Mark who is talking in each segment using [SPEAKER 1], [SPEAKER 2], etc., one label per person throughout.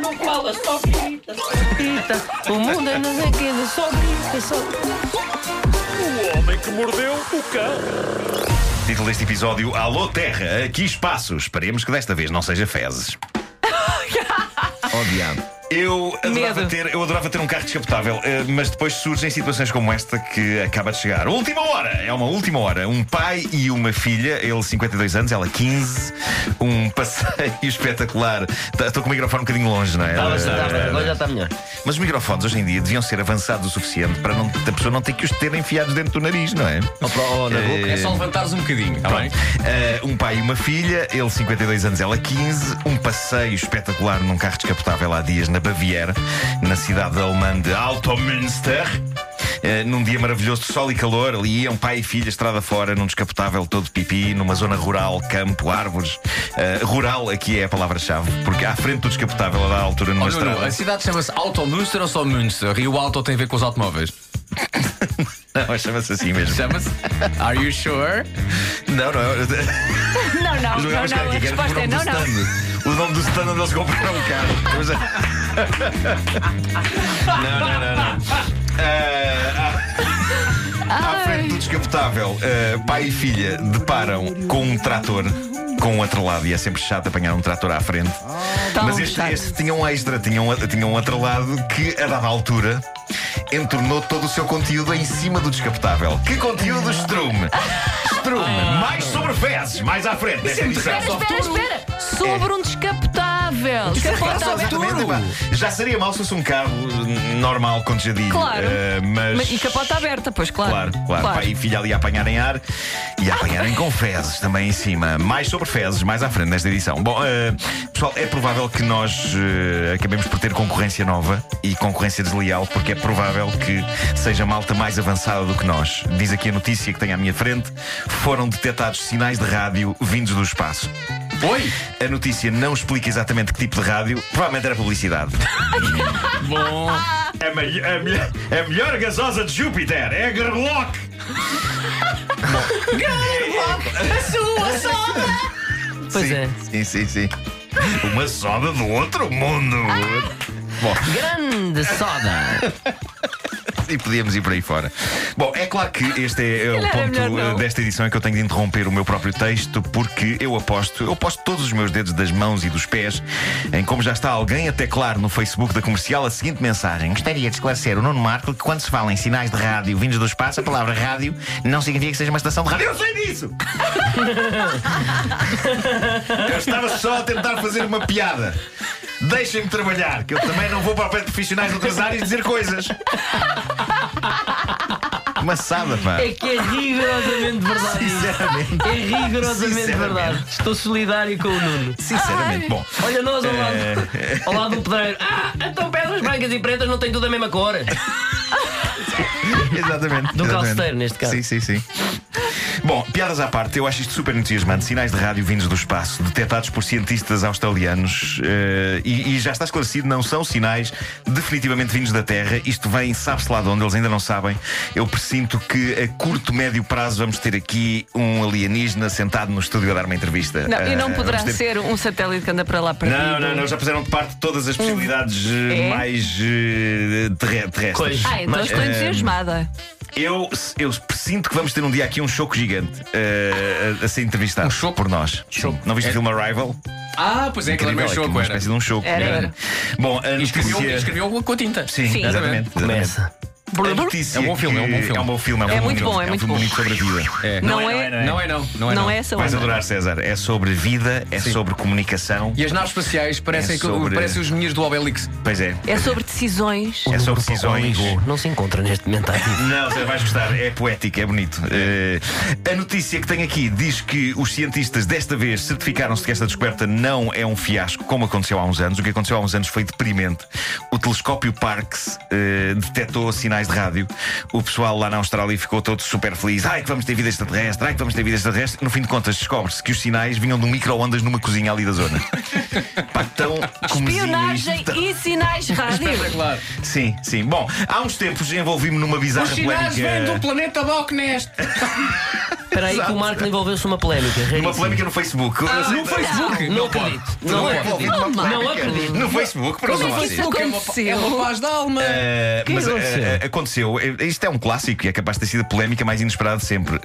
[SPEAKER 1] não fala, só grita, só grita. O mundo é não sei o quê, só grita, só
[SPEAKER 2] O homem que mordeu o cão.
[SPEAKER 3] Título deste episódio: Alô Terra, aqui espaço. Esperemos que desta vez não seja fezes.
[SPEAKER 4] Oh, diabo.
[SPEAKER 3] Eu adorava,
[SPEAKER 1] Medo.
[SPEAKER 3] ter, eu adorava ter um carro descapotável, eh, mas depois surgem situações como esta que acaba de chegar. Última hora! É uma última hora. Um pai e uma filha, ele 52 anos, ela 15. Um passeio espetacular. Tá- Estou com o microfone um bocadinho longe, não é?
[SPEAKER 4] Estava,
[SPEAKER 5] Tá,
[SPEAKER 3] Eh,
[SPEAKER 4] estava, agora já está melhor.
[SPEAKER 3] Mas os microfones hoje em dia deviam ser avançados o suficiente para não, a pessoa não ter que os ter enfiados dentro do nariz, não é?
[SPEAKER 4] Oh, pro- oh, na boca.
[SPEAKER 3] Eh,
[SPEAKER 5] É só levantares um bocadinho,
[SPEAKER 3] Tá
[SPEAKER 5] tá
[SPEAKER 3] bem.
[SPEAKER 5] bem?
[SPEAKER 3] Uh, um pai e uma filha, ele 52 anos, ela 15, um passeio espetacular num carro descapotável há dias na Baviera, na cidade alemã de Altomünster. Uh, num dia maravilhoso de sol e calor, ali iam pai e filha estrada fora, num descapotável todo pipi, numa zona rural, campo, árvores. Uh, rural aqui é a palavra-chave, porque à frente do descapotável, a dada altura, numa
[SPEAKER 5] Olha,
[SPEAKER 3] estrada.
[SPEAKER 5] Nuno, a cidade chama-se Alto Münster ou só Münster? E o Alto tem a ver com os automóveis?
[SPEAKER 3] Não, chama-se assim mesmo.
[SPEAKER 5] Chama-se? Are you sure?
[SPEAKER 3] Não, não. eu-
[SPEAKER 1] Não, não,
[SPEAKER 3] Mas
[SPEAKER 1] não, não.
[SPEAKER 3] jogavas
[SPEAKER 1] A
[SPEAKER 3] que era
[SPEAKER 1] resposta é
[SPEAKER 3] o nome
[SPEAKER 1] não,
[SPEAKER 3] do
[SPEAKER 1] não.
[SPEAKER 3] stand. O nome do stand onde eles compraram o carro. Mas- não, não, não, não. Ah, à- à frente do descapotável, ah, pai e filha deparam com um trator. Com um atrelado, e é sempre chato apanhar um trator à frente.
[SPEAKER 1] Tão
[SPEAKER 3] Mas este,
[SPEAKER 1] chato.
[SPEAKER 3] este tinha um extra, tinha um, tinha um atrelado que, a dada altura, entornou todo o seu conteúdo em cima do descapotável. Que conteúdo, Strume? Strume,
[SPEAKER 1] Ah.
[SPEAKER 3] mais sobre fezes, mais à frente.
[SPEAKER 1] é
[SPEAKER 3] nesta edição.
[SPEAKER 1] Espera, espera, espera. Sobre um descapotável.
[SPEAKER 3] é
[SPEAKER 1] Descapotável.
[SPEAKER 3] Exatamente, pá. Já seria mal se fosse um carro eh, normal com tejadilho.
[SPEAKER 1] Claro.
[SPEAKER 3] eh, mas...
[SPEAKER 1] Mas- E capota aberta, pois
[SPEAKER 3] Claro,
[SPEAKER 1] claro.
[SPEAKER 3] claro. Pai e filha ali a apanhar em ar e a apanhar em com fezes também em cima. Mais sobre fezes, mais à frente nesta edição. Bom, eh, pessoal, é provável que nós eh, acabemos por ter concorrência nova e concorrência desleal, porque é provável que seja malta mais avançada do que nós. Diz aqui a notícia que tenho à minha frente: foram detectados sinais de rádio vindos do espaço.
[SPEAKER 5] Oi!
[SPEAKER 3] A notícia não explica exatamente que tipo de rádio, provavelmente era publicidade.
[SPEAKER 5] Bom,
[SPEAKER 3] É a, melho- é a melho- é a melhor gasosa de Júpiter, é Gerlock!
[SPEAKER 1] Pois
[SPEAKER 3] sim,
[SPEAKER 1] é.
[SPEAKER 3] Sim, sim, sim. Uma soda do outro mundo! Bom,
[SPEAKER 1] Grande soda.
[SPEAKER 3] e podíamos ir por aí fora. Bom, é claro que este é, eh, o
[SPEAKER 1] Calhar é
[SPEAKER 3] ponto
[SPEAKER 1] melhor não.
[SPEAKER 3] eh, desta edição em que eu tenho de interromper o meu próprio texto, porque eu aposto, eu aposto todos os meus dedos das mãos e dos pés em como já está alguém a teclar no Facebook da comercial a seguinte mensagem. Gostaria de esclarecer o Nuno Marco que quando se fala em sinais de rádio vindos do espaço, a palavra rádio não significa que seja uma estação de rádio. Eu sei disso! Eu estava só a tentar fazer uma piada. Deixem-me trabalhar, que eu também não vou para o pé de profissionais de outras áreas dizer coisas. Maçada, pá.
[SPEAKER 4] É que é rigorosamente verdade.
[SPEAKER 3] Sinceramente.
[SPEAKER 4] É rigorosamente
[SPEAKER 3] Sinceramente.
[SPEAKER 4] verdade. Estou solidário com o Nuno.
[SPEAKER 3] Sinceramente, bom.
[SPEAKER 4] Olha nós ao lado,
[SPEAKER 3] É.
[SPEAKER 4] ao lado do pedreiro. Ah, então pedras brancas e pretas não têm tudo a mesma cor.
[SPEAKER 3] Exatamente.
[SPEAKER 4] Do
[SPEAKER 3] exatamente.
[SPEAKER 4] calceteiro, neste caso.
[SPEAKER 3] Sim, sim, sim. Bom, piadas à parte, eu acho isto super entusiasmante. Sinais de rádio vindos do espaço, detectados por cientistas australianos, eh, e, e já está esclarecido, não são sinais definitivamente vindos da Terra. Isto vem, sabe-se lá de onde, eles ainda não sabem. Eu presinto que a curto, médio prazo vamos ter aqui um alienígena sentado no estúdio a dar uma entrevista.
[SPEAKER 1] Não, e
[SPEAKER 3] Eh,
[SPEAKER 1] não
[SPEAKER 3] vamos
[SPEAKER 1] poderá
[SPEAKER 3] ter-
[SPEAKER 1] ser um satélite que anda para lá para
[SPEAKER 3] Não, não, não, já puseram de parte todas
[SPEAKER 5] Hum.
[SPEAKER 3] as possibilidades eh,
[SPEAKER 1] É?
[SPEAKER 3] mais eh, terre- terrestres.
[SPEAKER 4] Pois.
[SPEAKER 1] Ah, então
[SPEAKER 4] Mas,
[SPEAKER 1] estou
[SPEAKER 3] eh,
[SPEAKER 1] entusiasmada.
[SPEAKER 3] Eu, eu sinto que vamos ter um dia aqui um choco gigante eh, a, a ser entrevistado
[SPEAKER 5] Um choco? É.
[SPEAKER 3] por nós. Sim. Não viste o filme Arrival?
[SPEAKER 5] ah, pois é, aquele
[SPEAKER 3] Incrível,
[SPEAKER 5] meu
[SPEAKER 3] é
[SPEAKER 5] jogo
[SPEAKER 3] uma
[SPEAKER 5] era.
[SPEAKER 3] espécie de um choco.
[SPEAKER 1] Era,
[SPEAKER 3] não
[SPEAKER 1] era.
[SPEAKER 3] Bom, a
[SPEAKER 5] E escreveu, um- e
[SPEAKER 3] notícia.
[SPEAKER 5] escreveu com a tinta.
[SPEAKER 3] Sim,
[SPEAKER 1] Sim.
[SPEAKER 3] exatamente. exatamente.
[SPEAKER 4] Começa.
[SPEAKER 3] A notícia
[SPEAKER 5] É um bom filme, é um bom
[SPEAKER 3] que-
[SPEAKER 5] filme.
[SPEAKER 3] É um bom filme,
[SPEAKER 1] É
[SPEAKER 3] um bom
[SPEAKER 1] muito
[SPEAKER 3] filme.
[SPEAKER 1] bom, é muito bom.
[SPEAKER 3] É um filme bonito sobre a vida.
[SPEAKER 5] É.
[SPEAKER 1] Não
[SPEAKER 5] Não,
[SPEAKER 1] é-
[SPEAKER 5] é, não é, não. Não é,
[SPEAKER 1] Não é essa
[SPEAKER 3] Vais
[SPEAKER 1] onda.
[SPEAKER 3] adorar, César. É sobre vida, é sobre comunicação.
[SPEAKER 5] E as naves espaciais parecem,
[SPEAKER 3] É
[SPEAKER 5] que-
[SPEAKER 3] sobre-
[SPEAKER 5] parecem os meninos do Obelix.
[SPEAKER 3] Pois é.
[SPEAKER 1] É sobre decisões.
[SPEAKER 3] É sobre
[SPEAKER 4] O Nuno
[SPEAKER 3] decisões.
[SPEAKER 4] ligou. Não se encontra neste momento ativo.
[SPEAKER 3] Não, você vais gostar, é poético, é bonito. Eh, a notícia que tenho aqui diz que os cientistas desta vez certificaram-se que esta descoberta não é um fiasco, como aconteceu há uns anos. O que aconteceu há uns anos foi deprimente. O telescópio Parkes eh, detectou sinais de rádio. O pessoal lá na Austrália ficou todo super feliz. Ai, que vamos ter vida extraterrestre, ai, que vamos ter vida extraterrestre. No fim de contas, descobre-se que os sinais vinham de um micro-ondas numa cozinha ali da zona. Pá, tão comezinho
[SPEAKER 1] Pionagem
[SPEAKER 3] isto, tão-
[SPEAKER 1] e sinais rádio.
[SPEAKER 5] Claro.
[SPEAKER 3] Sim, sim. Bom, há uns tempos envolvi-me numa bizarra
[SPEAKER 5] Os sinais
[SPEAKER 3] polémica.
[SPEAKER 5] vêm do planeta Balknest.
[SPEAKER 1] Espera aí que
[SPEAKER 3] Exato.
[SPEAKER 1] o Marco envolveu-se numa polémica.
[SPEAKER 3] Uma
[SPEAKER 1] raríssima.
[SPEAKER 3] polémica no Facebook. Eu sei-
[SPEAKER 5] no Facebook?
[SPEAKER 1] Não
[SPEAKER 5] pode.
[SPEAKER 1] acredito.
[SPEAKER 3] Não
[SPEAKER 1] Não
[SPEAKER 3] é envolvido
[SPEAKER 1] acredito.
[SPEAKER 3] numa
[SPEAKER 1] Não
[SPEAKER 3] polémica.
[SPEAKER 1] acredito.
[SPEAKER 3] No Facebook, para
[SPEAKER 6] Como é que isso
[SPEAKER 5] é uma-
[SPEAKER 6] aconteceu?
[SPEAKER 5] É uma paz da alma.
[SPEAKER 3] Uh,
[SPEAKER 1] que
[SPEAKER 3] mas uh,
[SPEAKER 1] aconteceu?
[SPEAKER 3] uh, aconteceu, Uh, isto é um clássico e é capaz de ter sido a polémica mais inesperada de sempre. Uh,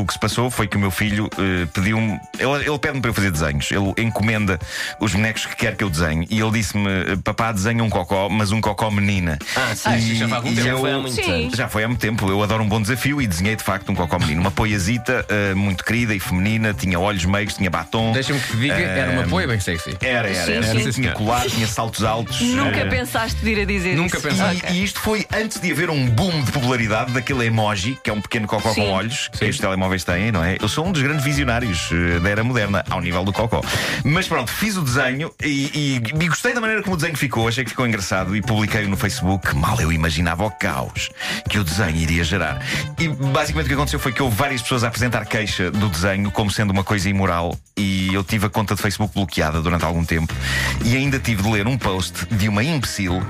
[SPEAKER 3] o que se passou foi que o meu filho uh, pediu-me, ele, ele pede-me para eu fazer desenhos, ele encomenda os bonecos que quer que eu desenhe e ele disse-me: Papá, desenha um cocó, mas um cocó menina.
[SPEAKER 5] Ah, sim,
[SPEAKER 3] E-
[SPEAKER 5] sim, já foi há algum
[SPEAKER 3] e
[SPEAKER 5] tempo.
[SPEAKER 3] eu-
[SPEAKER 5] Foi
[SPEAKER 1] há muito
[SPEAKER 6] Sim. tempo.
[SPEAKER 3] já foi há muito tempo. Eu adoro um bom desafio e desenhei de facto um cocó menino, uma poiazita uh, muito querida e feminina, tinha olhos meios, tinha batom.
[SPEAKER 5] Deixa-me que te diga, era
[SPEAKER 3] É.
[SPEAKER 5] uma poia bem sexy.
[SPEAKER 3] Era, era,
[SPEAKER 6] Sim,
[SPEAKER 3] era.
[SPEAKER 5] sim.
[SPEAKER 3] Tinha colar, tinha saltos altos.
[SPEAKER 6] Nunca
[SPEAKER 3] uh,
[SPEAKER 6] pensaste vir a dizer
[SPEAKER 5] Nunca
[SPEAKER 6] isso.
[SPEAKER 5] pensei.
[SPEAKER 3] E, e isto foi antes de haver um boom de popularidade daquele emoji, que é um pequeno cocó
[SPEAKER 6] Sim.
[SPEAKER 3] com olhos, que os telemóveis têm, não é? Eu sou um dos grandes visionários eh, da era moderna, ao nível do cocó. Mas pronto, fiz o desenho e, e- e gostei da maneira como o desenho ficou, achei que ficou engraçado e publiquei-o no Facebook. Mal eu imaginava o caos que o desenho iria gerar. E basicamente o que aconteceu foi que houve várias pessoas a apresentar queixa do desenho como sendo uma coisa imoral e eu tive a conta de Facebook bloqueada durante algum tempo e ainda tive de ler um post de uma imbecil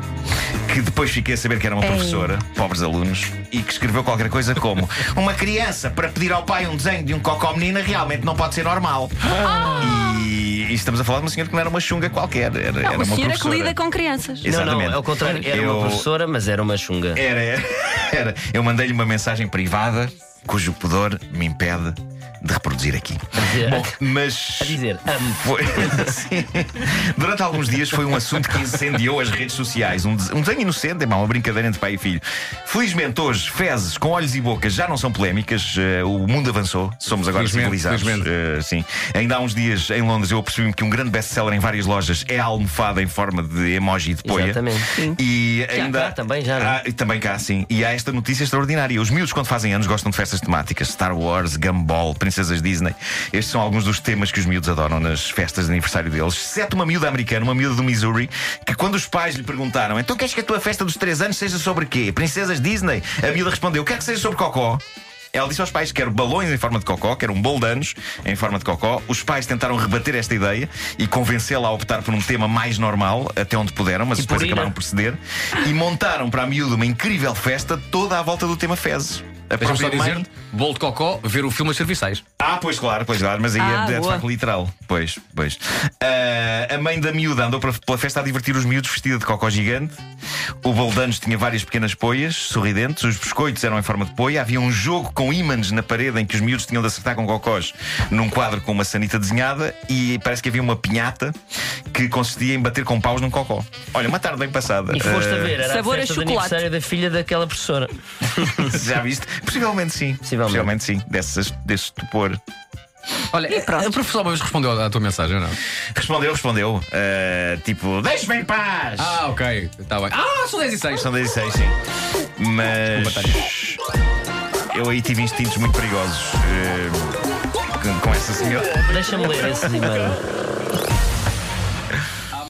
[SPEAKER 3] que depois fiquei a saber que era uma professora, pobres alunos, e que escreveu qualquer coisa como: Uma criança para pedir ao pai um desenho de um cocó menina realmente não pode ser normal.
[SPEAKER 6] Ah!
[SPEAKER 3] E, e estamos a falar de uma senhora que não era uma chunga qualquer, era, era
[SPEAKER 6] Uma
[SPEAKER 3] uma
[SPEAKER 1] é
[SPEAKER 6] senhora que
[SPEAKER 3] professora.
[SPEAKER 6] lida com crianças.
[SPEAKER 3] Exato.
[SPEAKER 1] Não, não,
[SPEAKER 3] Exatamente.
[SPEAKER 1] é o contrário. Era
[SPEAKER 3] Eu- É,
[SPEAKER 1] uma professora, mas era uma chunga.
[SPEAKER 3] Era, era, era. Eu mandei-lhe uma mensagem privada cujo pudor me impede de reproduzir aqui.
[SPEAKER 1] dizer-
[SPEAKER 3] Bom, mas.
[SPEAKER 1] A dizer, amo.
[SPEAKER 3] Foi- Sim. Durante alguns dias foi um assunto que incendiou as redes sociais. Um, des- um desenho inocente, é pá, uma brincadeira entre pai e filho. Felizmente, hoje, fezes com olhos e bocas já não são polémicas. Eh, o mundo avançou, somos agora
[SPEAKER 5] Felizmente,
[SPEAKER 3] civilizados.
[SPEAKER 5] felizmente.
[SPEAKER 3] Eh, sim. Ainda há uns dias, em Londres, eu apercebi-me que um grande best-seller em várias lojas é a almofada em forma de emoji de poia.
[SPEAKER 1] Exatamente. Sim.
[SPEAKER 3] E
[SPEAKER 1] Já
[SPEAKER 3] ainda.
[SPEAKER 1] cá também, já, não é?
[SPEAKER 3] Há- e também cá, sim. E há esta notícia extraordinária. Os miúdos, quando fazem anos, gostam de festas temáticas. Star Wars, Gumball, Princesas Disney. Estes são alguns dos temas que os miúdos adoram nas festas de aniversário deles. Exceto uma miúda americana, uma miúda do Missouri, que quando os pais lhe perguntaram então queres que a tua festa dos 3 anos seja sobre quê? Princesas Disney? A miúda respondeu, quero que seja sobre cocó. Ela disse aos pais que quer balões em forma de cocó, quer um bolo de anos em forma de cocó. Os pais tentaram rebater esta ideia e convencê-la a optar por um tema mais normal, até onde puderam, mas depois
[SPEAKER 1] purina.
[SPEAKER 3] acabaram por ceder. E montaram para a miúda uma incrível festa toda à volta do tema fezes. A
[SPEAKER 5] Deixa-me só
[SPEAKER 3] própria mãe-
[SPEAKER 5] dizer, bolo de cocó, ver o filme As Serviçais.
[SPEAKER 3] ah, pois claro, pois claro, mas aí
[SPEAKER 6] Ah,
[SPEAKER 3] é de
[SPEAKER 6] boa.
[SPEAKER 3] facto literal. Pois, pois. Ah, a mãe da miúda andou pela, pela festa a divertir os miúdos vestida de cocó gigante. O bolo de anos tinha várias pequenas poias, sorridentes. Os biscoitos eram em forma de poia. Havia um jogo com ímãs na parede em que os miúdos tinham de acertar com cocós num quadro com uma sanita desenhada. E parece que havia uma pinhata que consistia em bater com paus num cocó. Olha, uma tarde bem passada.
[SPEAKER 1] E foste a
[SPEAKER 3] Ah,
[SPEAKER 1] ver, era
[SPEAKER 6] Sabor a
[SPEAKER 1] a festa de
[SPEAKER 6] chocolate.
[SPEAKER 1] aniversário da filha daquela professora.
[SPEAKER 3] Já viste? Possivelmente sim.
[SPEAKER 1] Possivelmente.
[SPEAKER 3] sim. Dessas, desse estupor.
[SPEAKER 5] Olha, a professora uma vez respondeu à tua mensagem, ou não?
[SPEAKER 3] Respondeu, respondeu. Uh, tipo, deixe-me em paz!
[SPEAKER 5] Ah, ok, está bem. Ah, são 10 e 6.
[SPEAKER 3] São 16, sim. assim. Mas. Eu aí tive instintos muito perigosos uh, com- com essa senhora.
[SPEAKER 1] Deixa-me ler esse e-mail.